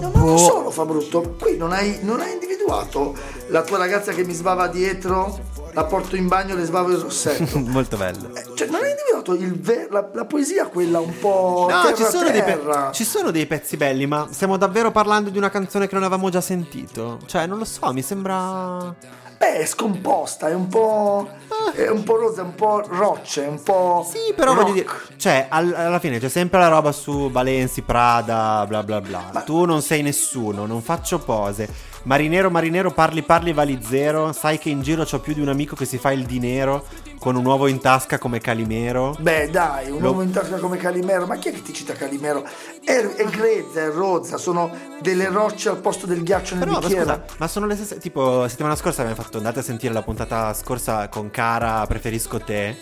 C: No, ma
D: boh.
C: non solo fa brutto, qui non hai, non hai individuato la tua ragazza che mi svava dietro, la porto in bagno e le svavo il rossetto.
D: Molto bello.
C: Eh, cioè, non hai individuato il ver- la, la poesia, quella un po'.
D: No,
C: terra
D: ci sono, dei pe-
C: terra.
D: ci sono dei pezzi belli, ma stiamo davvero parlando di una canzone che non avevamo già sentito. Cioè, non lo so, mi sembra.
C: Beh, è scomposta, è un po'. È un po' rozza, un po' rocce, un po'.
D: Sì, però
C: rock.
D: voglio dire. Cioè, al- alla fine c'è sempre la roba su Balenci, Prada, bla bla bla. Tu non sei nessuno, non faccio pose. Marinero, marinero, parli, parli, valizzero. Sai che in giro c'ho più di un amico che si fa il dinero con un uovo in tasca come Calimero.
C: Beh, dai, un
D: Lo-
C: uomo in tasca come Calimero, ma chi è che ti cita Calimero? È, è grezza, è rozza, sono delle rocce al posto del ghiaccio nel
D: Però, ma
C: bicchiere.
D: scusa, ma sono le stesse. Tipo, settimana scorsa abbiamo fatto. Andate a sentire la puntata scorsa con Cara, preferisco te.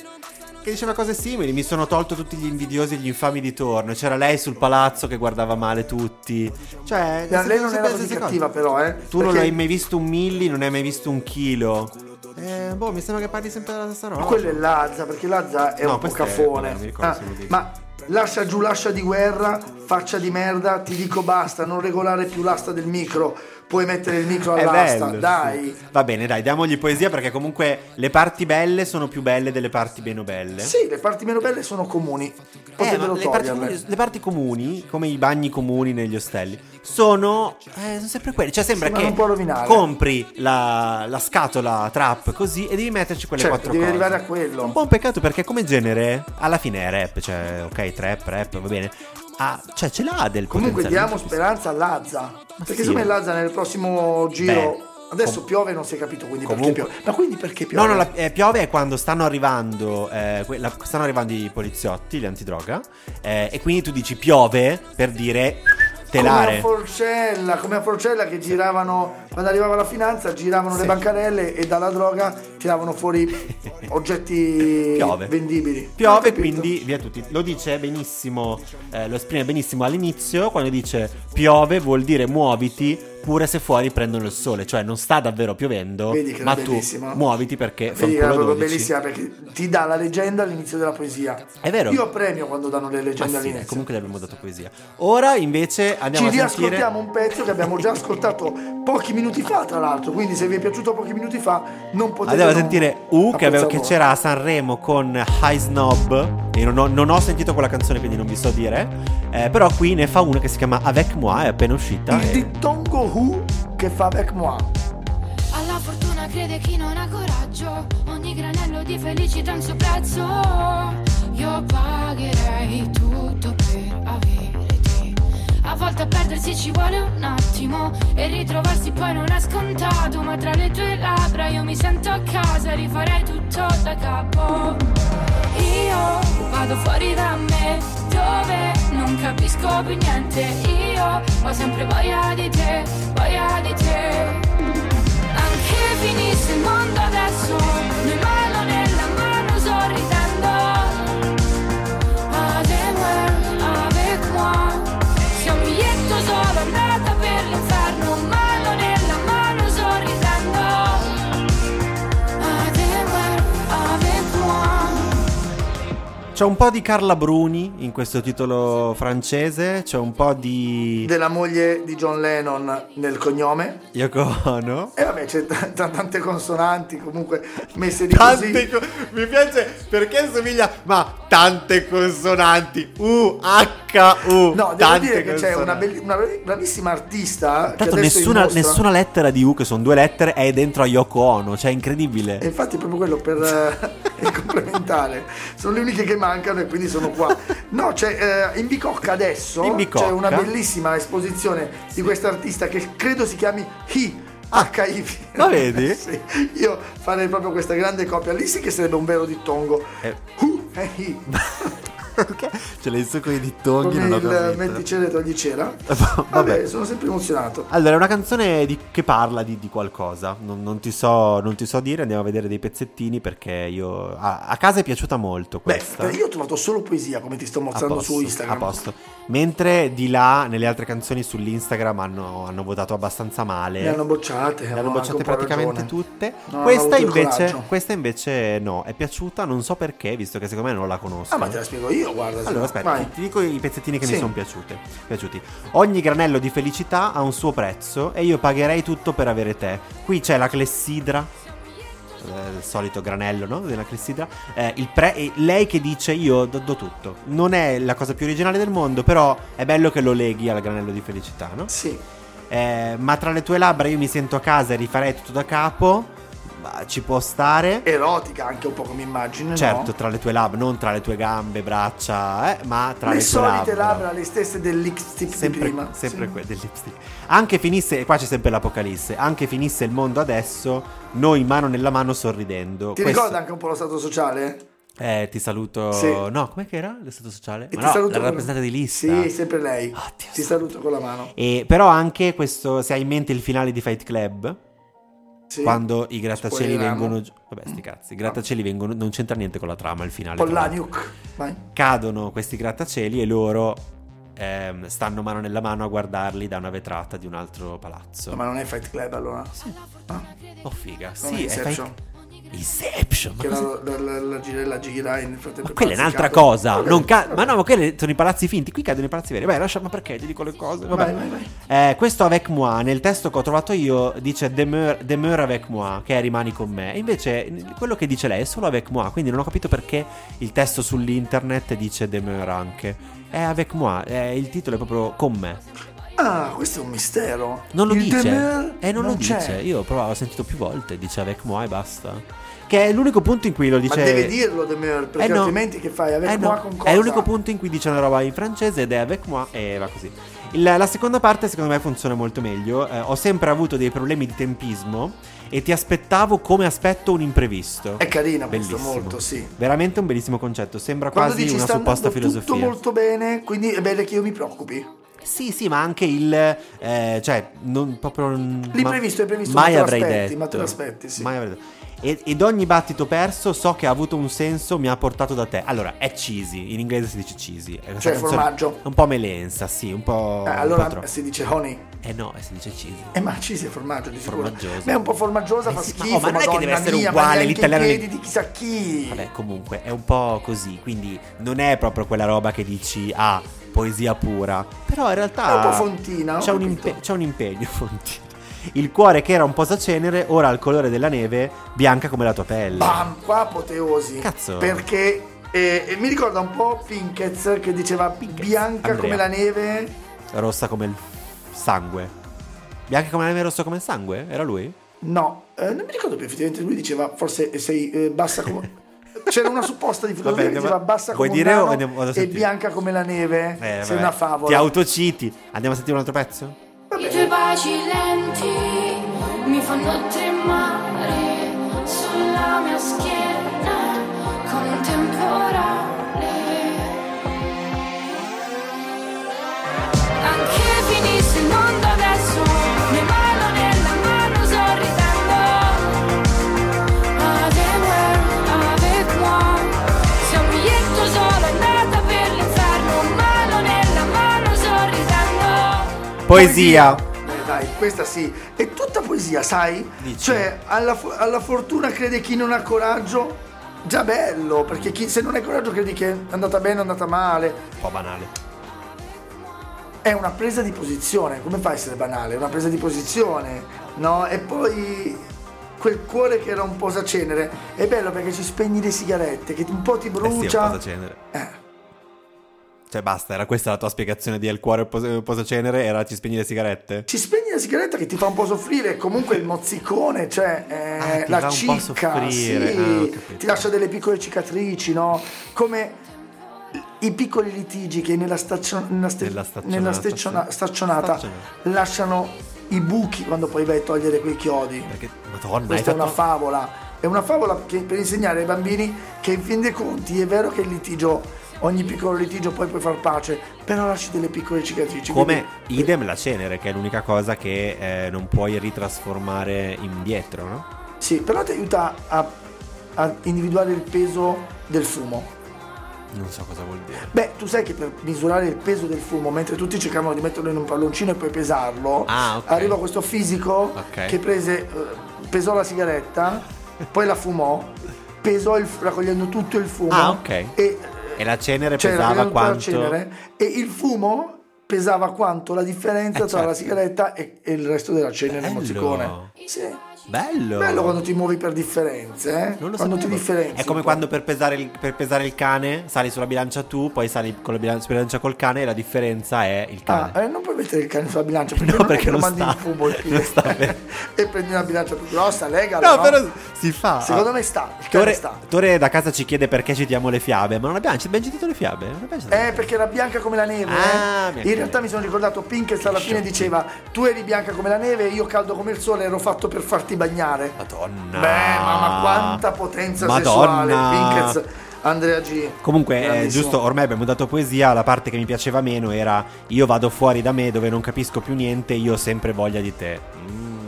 D: Che diceva cose simili. Mi sono tolto tutti gli invidiosi e gli infami di torno. C'era lei sul palazzo che guardava male tutti. Cioè,
C: Dai, lei
D: sempre-
C: non
D: sempre
C: era
D: le
C: così
D: stesse
C: cattiva,
D: cose.
C: però, eh.
D: Tu non
C: perché-
D: hai mai visto un milli, non hai mai visto un chilo. Eh, boh, mi sembra che parli sempre della stessa roba.
C: Ma quello è Lazza, perché Lazza è
D: No,
C: un po'
D: questo è-
C: cafone.
D: no, mi ricordo
C: Ah,
D: se lo dico.
C: ma lascia giù, lascia di guerra, faccia di merda, ti dico basta, non regolare più l'asta del micro. Puoi mettere il micro
D: È
C: all'asta,
D: bello,
C: dai.
D: sì. Va bene, dai, diamogli poesia perché comunque le parti belle sono più belle delle parti meno belle.
C: Sì, le parti meno belle sono comuni.
D: Eh,
C: Potrebbero
D: ma le, parti
C: toglierle.
D: comuni, le parti comuni, come i bagni comuni negli ostelli, sono, eh, sono sempre quelli. Cioè, sembra
C: Sì, ma
D: che
C: non può rovinare.
D: compri la, la scatola trap così e devi metterci quelle
C: Certo,
D: quattro
C: devi
D: cose.
C: arrivare a quello.
D: Un po' un peccato perché, come genere, alla fine è rap. Cioè, ok, trap, rap, va bene. Ah, cioè, ce l'ha del
C: Comunque diamo
D: potenziale.
C: speranza a Lazza. Perché
D: sì.
C: secondo me Lazza nel prossimo giro.
D: Beh,
C: adesso
D: com-
C: piove, non si è capito quindi
D: comunque-
C: perché piove. Ma quindi perché piove?
D: No, no, la, eh, piove è quando stanno arrivando, eh, que- la- stanno arrivando i poliziotti, gli antidroga, eh, e quindi tu dici piove per dire
C: Come a
D: telare.
C: Forcella, come a Forcella che giravano, quando arrivava la finanza, giravano le bancarelle e dalla droga tiravano fuori oggetti
D: Piove.
C: vendibili. Non ho
D: Piove,
C: capito.
D: quindi via tutti. Lo dice benissimo, eh, lo esprime benissimo all'inizio quando dice piove vuol dire muoviti pure se fuori prendono il sole, cioè non sta davvero piovendo,
C: Vedi che
D: ma
C: era
D: tu
C: bellissimo.
D: muoviti perché
C: Vedi che era
D: fanculo
C: proprio
D: 12.
C: bellissima perché ti dà la leggenda all'inizio della poesia.
D: È vero.
C: Io premio quando danno le
D: Ma
C: leggende
D: Ah, sì,
C: all'inizio.
D: comunque gli abbiamo dato poesia. Ora invece
C: Ci
D: andiamo a sentire
C: riascoltiamo un pezzo che abbiamo già ascoltato pochi minuti fa, tra l'altro. Quindi, se vi è piaciuto pochi minuti fa, non potete.
D: Andiamo a
C: non
D: sentire U che, avevo- che
C: apprezzarlo.
D: c'era a Sanremo con High Snob e non ho, non ho sentito quella canzone quindi non vi so dire eh, però qui ne fa una che si chiama Avec Moi è appena uscita
C: Il
D: e-
C: dittongo Who che fa Avec Moi.
G: Alla fortuna crede chi non ha coraggio, ogni granello di felicità ha un suo prezzo. Io pagherei tutto per avere te. A volte perdi perdersi ci vuole un attimo E ritrovarsi poi non è scontato Ma tra le tue labbra io mi sento a casa Rifarei tutto da capo Io vado fuori da me Dove non capisco più niente Io ho sempre voglia di te, voglia di te anche finisse il mondo adesso Noi mano nella mano sorridendo Ademar, avec moi Se un biglietto solo andata per l'inferno Mano nella mano sorridendo Ademar, avec moi
D: C'è un po' di Carla Bruni in questo titolo francese, c'è un po' di
C: Della moglie di John Lennon nel cognome.
D: Yoko Ono.
C: E vabbè, c'è t- t- tante consonanti comunque messe di così.
D: Tante co- mi piace perché somiglia ma tante consonanti U H U
C: No, devo
D: tante
C: dire che c'è una,
D: consonanti.
C: belli- una bravissima artista.
D: Tanto
C: che adesso
D: nessuna,
C: dimostra-
D: nessuna lettera di U che sono due lettere è dentro a Yoko Ono, cioè è incredibile.
C: E infatti è proprio quello per eh, il complementare. Sono le uniche che mancano e quindi sono qua. No, c'è eh, in Bicocca adesso
D: In Bicocca.
C: c'è una bellissima esposizione di quest'artista che credo si chiami Hi. HIV.
D: Ma vedi?
C: Sì, io farei proprio questa grande copia lì sì che sarebbe un vero dittongo.
D: Eh.
C: Hu e hi.
D: Perché? Ce l'hai su con i dittonghi,
C: Come
D: non ho
C: il
D: capito.
C: metti cera e togli cera.
D: Vabbè.
C: Vabbè, sono sempre emozionato.
D: Allora, è una canzone di- che parla di, di qualcosa, non, non ti so, non ti so dire, andiamo a vedere dei pezzettini perché io... A, a casa è piaciuta molto
C: Beh,
D: questa.
C: io ho trovato solo poesia come ti sto
D: A
C: mostrando
D: posto,
C: su
D: A
C: Instagram.
D: posto. Mentre di là, nelle altre canzoni sull'Instagram hanno, hanno votato abbastanza male.
C: Le hanno bocciate.
D: Eh, Le
C: hanno
D: hanno
C: anche
D: bocciate
C: un po'
D: praticamente
C: ragione.
D: tutte.
C: Non hanno avuto
D: questa,
C: il
D: invece,
C: coraggio.
D: questa invece no, è piaciuta, non so perché, visto che secondo me non la conosco.
C: Ah, ma te la spiego io, guarda. se no.
D: Allora, aspetta,
C: Vai.
D: ti, ti dico i pezzettini che
C: Sì.
D: mi sono piaciuti. Ogni granello di felicità ha un suo prezzo e io pagherei tutto per avere te. Qui c'è la clessidra. eh, Il solito granello, no? Della clessidra. Eh, il pre- e lei che dice: Io do, do tutto. Non è la cosa più originale del mondo, però è bello che lo leghi al granello di felicità, no?
C: Sì.
D: Eh, ma tra le tue labbra io mi sento a casa e rifarei tutto da capo. Ma ci può stare.
C: Erotica anche un po' come immagine.
D: Certo,
C: Eh, no?
D: tra le tue labbra, non tra le tue gambe, braccia, eh, ma tra le,
C: le,
D: tue
C: solite labbra, le stesse del lipstick
D: sempre,
C: di prima.
D: sempre
C: Sì.
D: que- del lipstick. Anche finisse, e qua c'è sempre l'apocalisse, anche finisse il mondo adesso, noi mano nella mano sorridendo.
C: Ti
D: Questo-
C: ricorda anche un po' lo stato sociale?
D: Eh, ti saluto...
C: Sì.
D: No, com'è che era lo stato sociale?
C: E
D: Ma
C: ti
D: no,
C: saluto
D: la
C: con-
D: rappresentante di lista.
C: Sì, sempre lei.
D: Ah, Dio
C: Ti
D: santo.
C: saluto con la mano.
D: E, però anche questo, se hai in mente il finale di Fight Club,
C: Sì.
D: quando i grattacieli
C: Spoileriamo.
D: vengono... giù- Vabbè, sti cazzi, i grattacieli vengono... Non c'entra niente con la trama, il finale. tra l'altro.
C: Pollaniuk. Vai.
D: cadono questi grattacieli e loro ehm, stanno mano nella mano a guardarli da una vetrata di un altro palazzo.
C: Ma non è Fight Club allora. Ah,
D: Oh figa,
C: Non è
D: sì, è
C: Inception.
D: fake- Inception, ma,
C: Che la,
D: cosa-
C: la, la, la gira la gira in frattempo.
D: ma quella è
C: pazzi
D: un'altra
C: cadono.
D: cosa.
C: Vabbè,
D: non ca-
C: vabbè.
D: ma no, ma quelli sono i palazzi finti, qui cadono i palazzi veri. Beh, lascia, ma perché ti dico le cose? Vabbè.
C: Vai, vai, vai.
D: Eh, questo avec moi, nel testo che ho trovato io, dice demeure, demeure avec moi, che è rimani con me. E Invece quello che dice lei è solo avec moi, quindi non ho capito perché il testo sull'internet dice demeure anche. È avec moi, eh, il titolo è proprio con me.
C: Ah, questo è un mistero.
D: Non lo
C: Il
D: dice.
C: Demer
D: eh, non, lo
C: c'è.
D: dice. Io però l'ho sentito più volte. Dice avec moi e basta. Che è l'unico punto in cui lo dice.
C: Ma deve dirlo Demeur, perché
D: Eh no.
C: altrimenti che fai? Avec
D: Eh no.
C: moi con cosa?
D: È l'unico punto in cui dice una roba in francese ed è avec moi e va così. Il- la seconda parte secondo me funziona molto meglio. Eh, ho sempre avuto dei problemi di tempismo e ti aspettavo come aspetto un imprevisto.
C: È carina questo
D: Bellissimo.
C: molto, sì.
D: Veramente un bellissimo concetto. Sembra
C: Quando
D: quasi
C: dici
D: una
C: sta
D: supposta
C: andando
D: filosofia. Oh,
C: tutto molto bene, quindi è bene che io mi preoccupi.
D: Sì, sì, ma anche il. eh, cioè, non proprio.
C: L'imprevisto
D: ma-
C: è previsto,
D: Mai
C: ma te lo
D: avrei
C: aspetti,
D: detto.
C: ma te lo aspetti, sì.
D: Mai avrei detto. E- ed ogni battito perso so che ha avuto un senso, mi ha portato da te. Allora, è cheesy. In inglese si dice cheesy. È una
C: Cioè,
D: canzone
C: formaggio.
D: Un po' melensa, sì, un po'.
C: Eh,
D: un po'
C: allora
D: troppo.
C: si dice honey.
D: Eh no, si dice cheesy.
C: Eh ma ci si è formaggio di sicuro.
D: Formaggiosa.
C: Ma è un po' formaggiosa,
D: Eh
C: fa
D: sì, ma-
C: schifo.
D: oh, ma non è che deve
C: Madonna
D: essere
C: mia, ma
D: uguale
C: neanche i
D: l'italiano
C: piedi
D: lì.
C: di chissà chi.
D: Vabbè, comunque è un po' così, quindi non è proprio quella roba che dici ah, poesia pura. Però in realtà
C: È un po' fontina, ho
D: C'è un,
C: capito.
D: impe- c'è un impegno, fontina. Il cuore che era un posacenere, ora ha il colore della neve, bianca come la tua pelle.
C: Bam, qua apoteosi.
D: Cazzo.
C: Perché eh, eh, mi ricorda un po' Pinkez che diceva bianca
D: Andrea.
C: come la neve.
D: Rossa come il sangue. Bianca come la neve, rossa come il sangue? Era lui?
C: No, eh, non mi ricordo più effettivamente lui diceva forse sei eh, bassa come... C'era una supposta di filosofia
D: Vabbè,
C: che
D: andiamo-
C: diceva bassa come
D: vuoi
C: un
D: dire o
C: nano
D: andiamo- vado a
C: e
D: sentire?
C: bianca come la neve.
D: Eh,
C: Sei
D: vabbè.
C: una favola.
D: Ti autociti. Andiamo a sentire un altro pezzo?
G: I tuoi baci lenti mi fanno tremare sulla mia schiena contemporanea. Anche finisse il mondo adesso, ne ballo nella mano sorridendo. Avec moi, avec moi, siamo un biglietto solo andata per l'inferno, un ballo nella mano sorridendo.
D: Poesia.
C: Eh, dai, questa sì, è tutta poesia, sai?
D: Dici?
C: Cioè, alla, fo- alla fortuna crede chi non ha coraggio. Già bello, perché chi, se non hai coraggio credi che è andata bene o è andata male.
D: Un po' banale.
C: È una presa di posizione, come fa a essere banale? È una presa di posizione, no? E poi quel cuore che era un po' cenere, è bello perché ci spegni le sigarette, che un po' ti
D: Eh sì, è un
C: brucia.
D: posacenere. Cioè basta, era questa la tua spiegazione di al cuore pos- eh, posacenere? Era ti spegni le sigarette?
C: ci spegni la sigaretta che ti fa un po' soffrire, comunque il mozzicone, cioè eh,
D: Ah, ti
C: la
D: fa un po'
C: cicca,
D: soffrire.
C: sì,
D: Ah, ho capito.
C: ti lascia delle piccole cicatrici, no? Come i piccoli litigi che nella, staccio- nella ste-
D: Nella staccionata,
C: nella stacciona-
D: sì.
C: staccionata
D: Staccionata.
C: lasciano i buchi quando poi vai a togliere quei chiodi.
D: Perché, madonna,
C: Questa è
D: hai fatto...
C: una favola. È una favola che- per insegnare ai bambini che in fin dei conti è vero che il litigio, ogni piccolo litigio poi puoi far pace, però lasci delle piccole cicatrici.
D: Come
C: quindi-
D: idem la cenere, che è l'unica cosa che eh, non puoi ritrasformare indietro, no?
C: Sì, però ti aiuta a, a individuare il peso del fumo.
D: Non so cosa vuol dire.
C: Beh, tu sai che per misurare il peso del fumo, mentre tutti cercavano di metterlo in un palloncino e poi pesarlo,
D: Ah, ok.
C: arriva questo fisico
D: Ok.
C: che prese, eh, pesò la sigaretta, poi la fumò, pesò il, raccogliendo tutto il fumo.
D: Ah, ok.
C: E,
D: E la cenere
C: cioè,
D: pesava
C: raccogliendo tutta la
D: quanto?
C: cenere, e il fumo pesava quanto la differenza
D: Eh,
C: tra la
D: certo.
C: sigaretta e, e il resto della cenere
D: Bello.
C: mozzicone. Sì.
D: Bello!
C: Bello quando ti muovi per differenze, eh?
D: Non lo
C: quando ti
D: sapevo.
C: differenzi.
D: È come
C: un po'.
D: quando per pesare, il, per pesare il cane sali sulla bilancia tu, poi sali con la bilancia, sulla bilancia col cane e la differenza è il cane.
C: Ah, eh, non puoi mettere il cane sulla bilancia perché
D: No,
C: non
D: perché
C: è che lo
D: non
C: mandi
D: sta-
C: in fumo il
D: non sta
C: piede.
D: bene.
C: e prendi una bilancia più grossa, legala.
D: No,
C: no? Ah,
D: però si fa. Ah.
C: Secondo me sta, il cane
D: Tore,
C: sta.
D: Tore da casa ci chiede perché citiamo le fiabe, ma non abbiamo, ci abbiamo citato le fiabe? Non abbiamo citato le
C: Eh,
D: fiabe.
C: perché era bianca come la neve. eh.
D: Ah, mi
C: In
D: accorgo.
C: realtà mi sono ricordato Pinkett alla fine
D: sciocchi.
C: diceva tu eri bianca come la neve io caldo come il sole ero fatto per farti bagnare.
D: Madonna.
C: Beh, mamma, quanta potenza
D: Madonna.
C: sessuale Pinkett Andrea G.
D: Comunque, eh,
C: Grandissimo.
D: giusto, ormai abbiamo dato poesia, la parte che mi piaceva meno era io vado fuori da me dove non capisco più niente, io ho sempre voglia di te.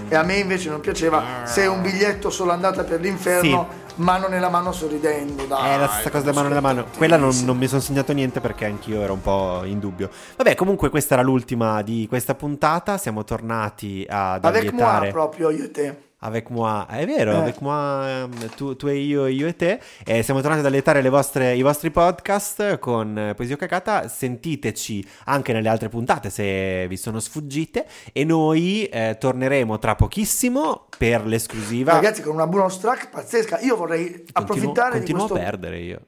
C: E a me invece non piaceva se un biglietto solo andata per l'inferno, mano nella mano sorridendo. Dai,
D: È la stessa cosa da mano nella mano. Quella non, non mi sono segnato niente perché anch'io ero un po' in dubbio. Vabbè, comunque questa era l'ultima di questa puntata. Siamo tornati ad
C: Avec moi
D: ambientare
C: proprio io e te.
D: Avec moi, è vero,
C: Eh.
D: avec moi, ehm, tu, tu e io, io e te. Eh, siamo tornati ad allietare le vostre- i vostri podcast con eh, Poesia o Cacata. Sentiteci anche nelle altre puntate se vi sono sfuggite. E noi eh, torneremo tra pochissimo per l'esclusiva.
C: Ragazzi, con una bonus track pazzesca, io vorrei
D: Continuo-
C: approfittare di
D: continuo
C: questo.
D: a perdere io.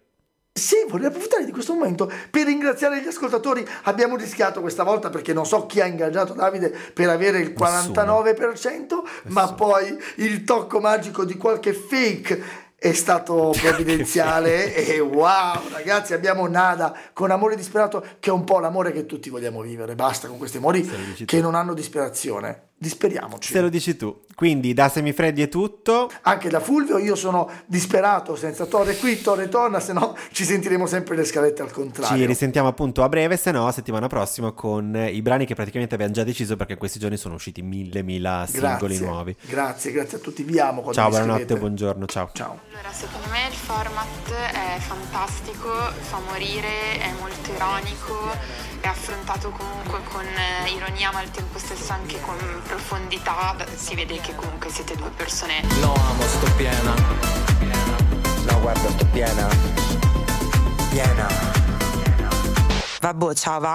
C: Sì, vorrei approfittare di questo momento per ringraziare gli ascoltatori. Abbiamo rischiato questa volta perché non so chi ha ingaggiato Davide per avere il 49%, ma poi il tocco magico di qualche fake è stato provvidenziale e wow ragazzi abbiamo Nada con amore disperato che è un po' l'amore che tutti vogliamo vivere basta con questi amori
D: lo dici
C: che non hanno disperazione disperiamoci
D: Se lo dici tu. Quindi da semifreddi è tutto.
C: anche da Fulvio. Io sono disperato senza Torre qui, Torre torna, se no ci sentiremo sempre le scalette al
D: Ci
C: contrario.
D: risentiamo appunto a breve, se no settimana prossima con eh, i brani che praticamente abbiamo già deciso perché in questi giorni sono usciti mille, mille singoli nuovi.
C: Grazie, grazie a tutti, vi amo. quando
D: Ciao,
C: mi
D: buonanotte,
C: scrivete.
D: buongiorno, ciao.
C: Ciao.
J: Allora, secondo me il format è fantastico, fa morire, è molto ironico, è affrontato comunque con eh, ironia ma al tempo stesso anche con profondità, Beh, si vede che comunque siete due persone
K: Lo amo, sto piena. No, guarda, sto piena. Piena. Vabbè, ciao, va.